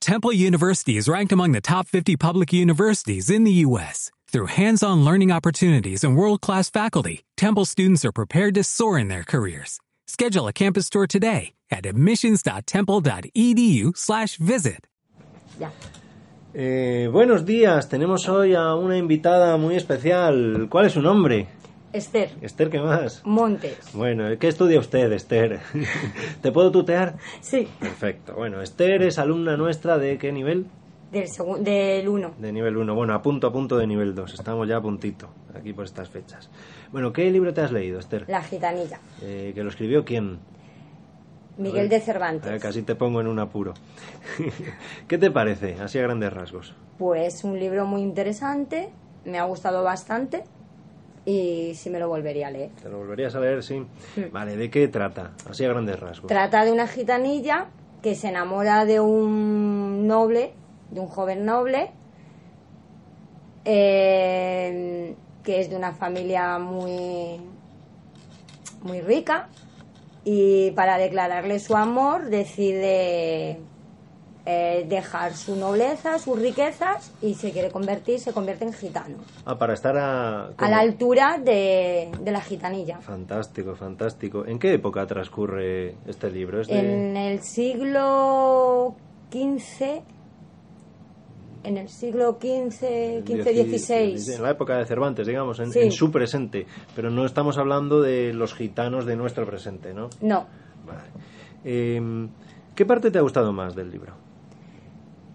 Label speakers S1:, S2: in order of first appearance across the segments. S1: Temple University is ranked among the top 50 public universities in the U.S. Through hands on learning opportunities and world class faculty, Temple students are prepared to soar in their careers. Schedule a campus tour today at E admissions.temple.edu/slash visit.
S2: Ya. Eh, buenos días, tenemos hoy a una invitada muy especial. ¿Cuál es su nombre?
S3: Esther.
S2: Esther, ¿qué más?
S3: Montes.
S2: Bueno, ¿qué estudia usted, Esther? ¿Te puedo tutear?
S3: Sí,
S2: Perfecto. Bueno, Esther es alumna nuestra de qué nivel?
S3: del, segun- del 1.
S2: De nivel 1. Bueno, a punto a punto de nivel 2. Estamos ya a puntito, aquí por estas fechas. Bueno, ¿qué libro te has leído, Esther?
S3: La gitanilla.
S2: Eh, ¿Que lo escribió quién?
S3: Miguel de
S2: A ver,
S3: Cervantes.
S2: casi te pongo en un apuro. ¿Qué te parece, así a grandes rasgos?
S3: Pues un libro muy interesante, me ha gustado bastante y sí me lo volvería a leer.
S2: ¿Te lo volverías a leer, sí? Vale, ¿de qué trata? Así a grandes rasgos.
S3: Trata de una gitanilla que se enamora de un noble, de un joven noble, eh, que es de una familia muy, muy rica, y para declararle su amor decide eh, dejar su nobleza, sus riquezas, y se quiere convertir, se convierte en gitano,
S2: Ah, para estar a...
S3: a
S2: ¿cómo?
S3: la altura de, de la gitanilla.
S2: Fantástico, fantástico. ¿En qué época transcurre este libro? ¿Es de-
S3: En el siglo XV, en el siglo XV,
S2: dieci-
S3: XV,
S2: En la época de Cervantes, digamos, en,
S3: Sí.
S2: en su presente. Pero no estamos hablando de los gitanos de nuestro presente, ¿no?
S3: XVI. No,
S2: Vale. Eh, ¿Qué parte te ha gustado más del libro?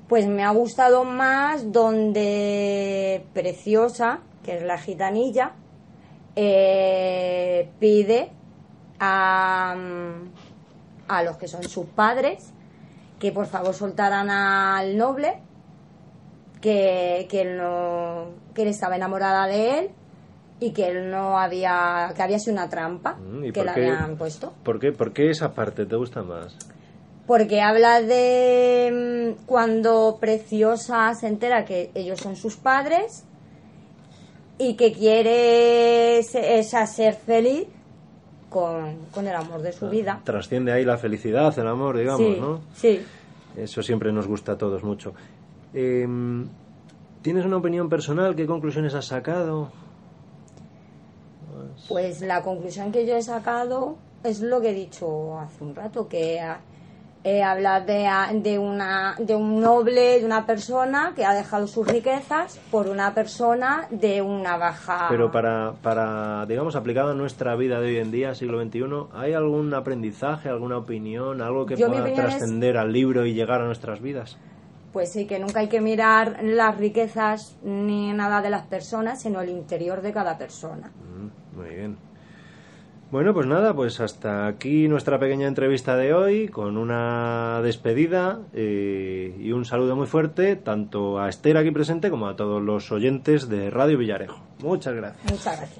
S3: pues me ha gustado más donde Preciosa, que es la gitanilla, eh, pide a, a los que son sus padres que por favor soltaran al noble, que, que él no, que él estaba enamorada de él y que él no había, que había sido una trampa
S2: Mm, ¿y
S3: que
S2: por
S3: le
S2: qué?
S3: habían puesto.
S2: ¿Por qué, ¿Por qué esa parte te gusta más?
S3: Porque habla de mm, cuando Preciosa se entera que ellos son sus padres y que quiere se- esa ser feliz con, con el amor de su vida.
S2: Trasciende ahí la felicidad, el amor, digamos,
S3: sí,
S2: ¿no?
S3: sí.
S2: Eso siempre nos gusta a todos mucho. Eh, ¿Tienes una opinión personal? ¿Qué conclusiones has sacado?
S3: Pues la conclusión que yo he sacado es lo que he dicho hace un rato, que ah, eh, habla de, a- de una, de un noble, de una persona que ha dejado sus riquezas por una persona de una baja...
S2: Pero para, para, digamos, aplicado a nuestra vida de hoy en día, siglo XXI, ¿hay algún aprendizaje, alguna opinión, algo que
S3: Yo, mi
S2: pueda
S3: opinión es-
S2: trascender al libro y llegar a nuestras vidas?
S3: Pues sí, que nunca hay que mirar las riquezas ni nada de las personas, sino el interior de cada persona.
S2: Mm, Muy bien. Bueno, pues nada, pues hasta aquí nuestra pequeña entrevista de hoy, con una despedida eh, y un saludo muy fuerte, tanto a Esther aquí presente como a todos los oyentes de Radio Villarejo. Muchas gracias.
S3: Muchas gracias.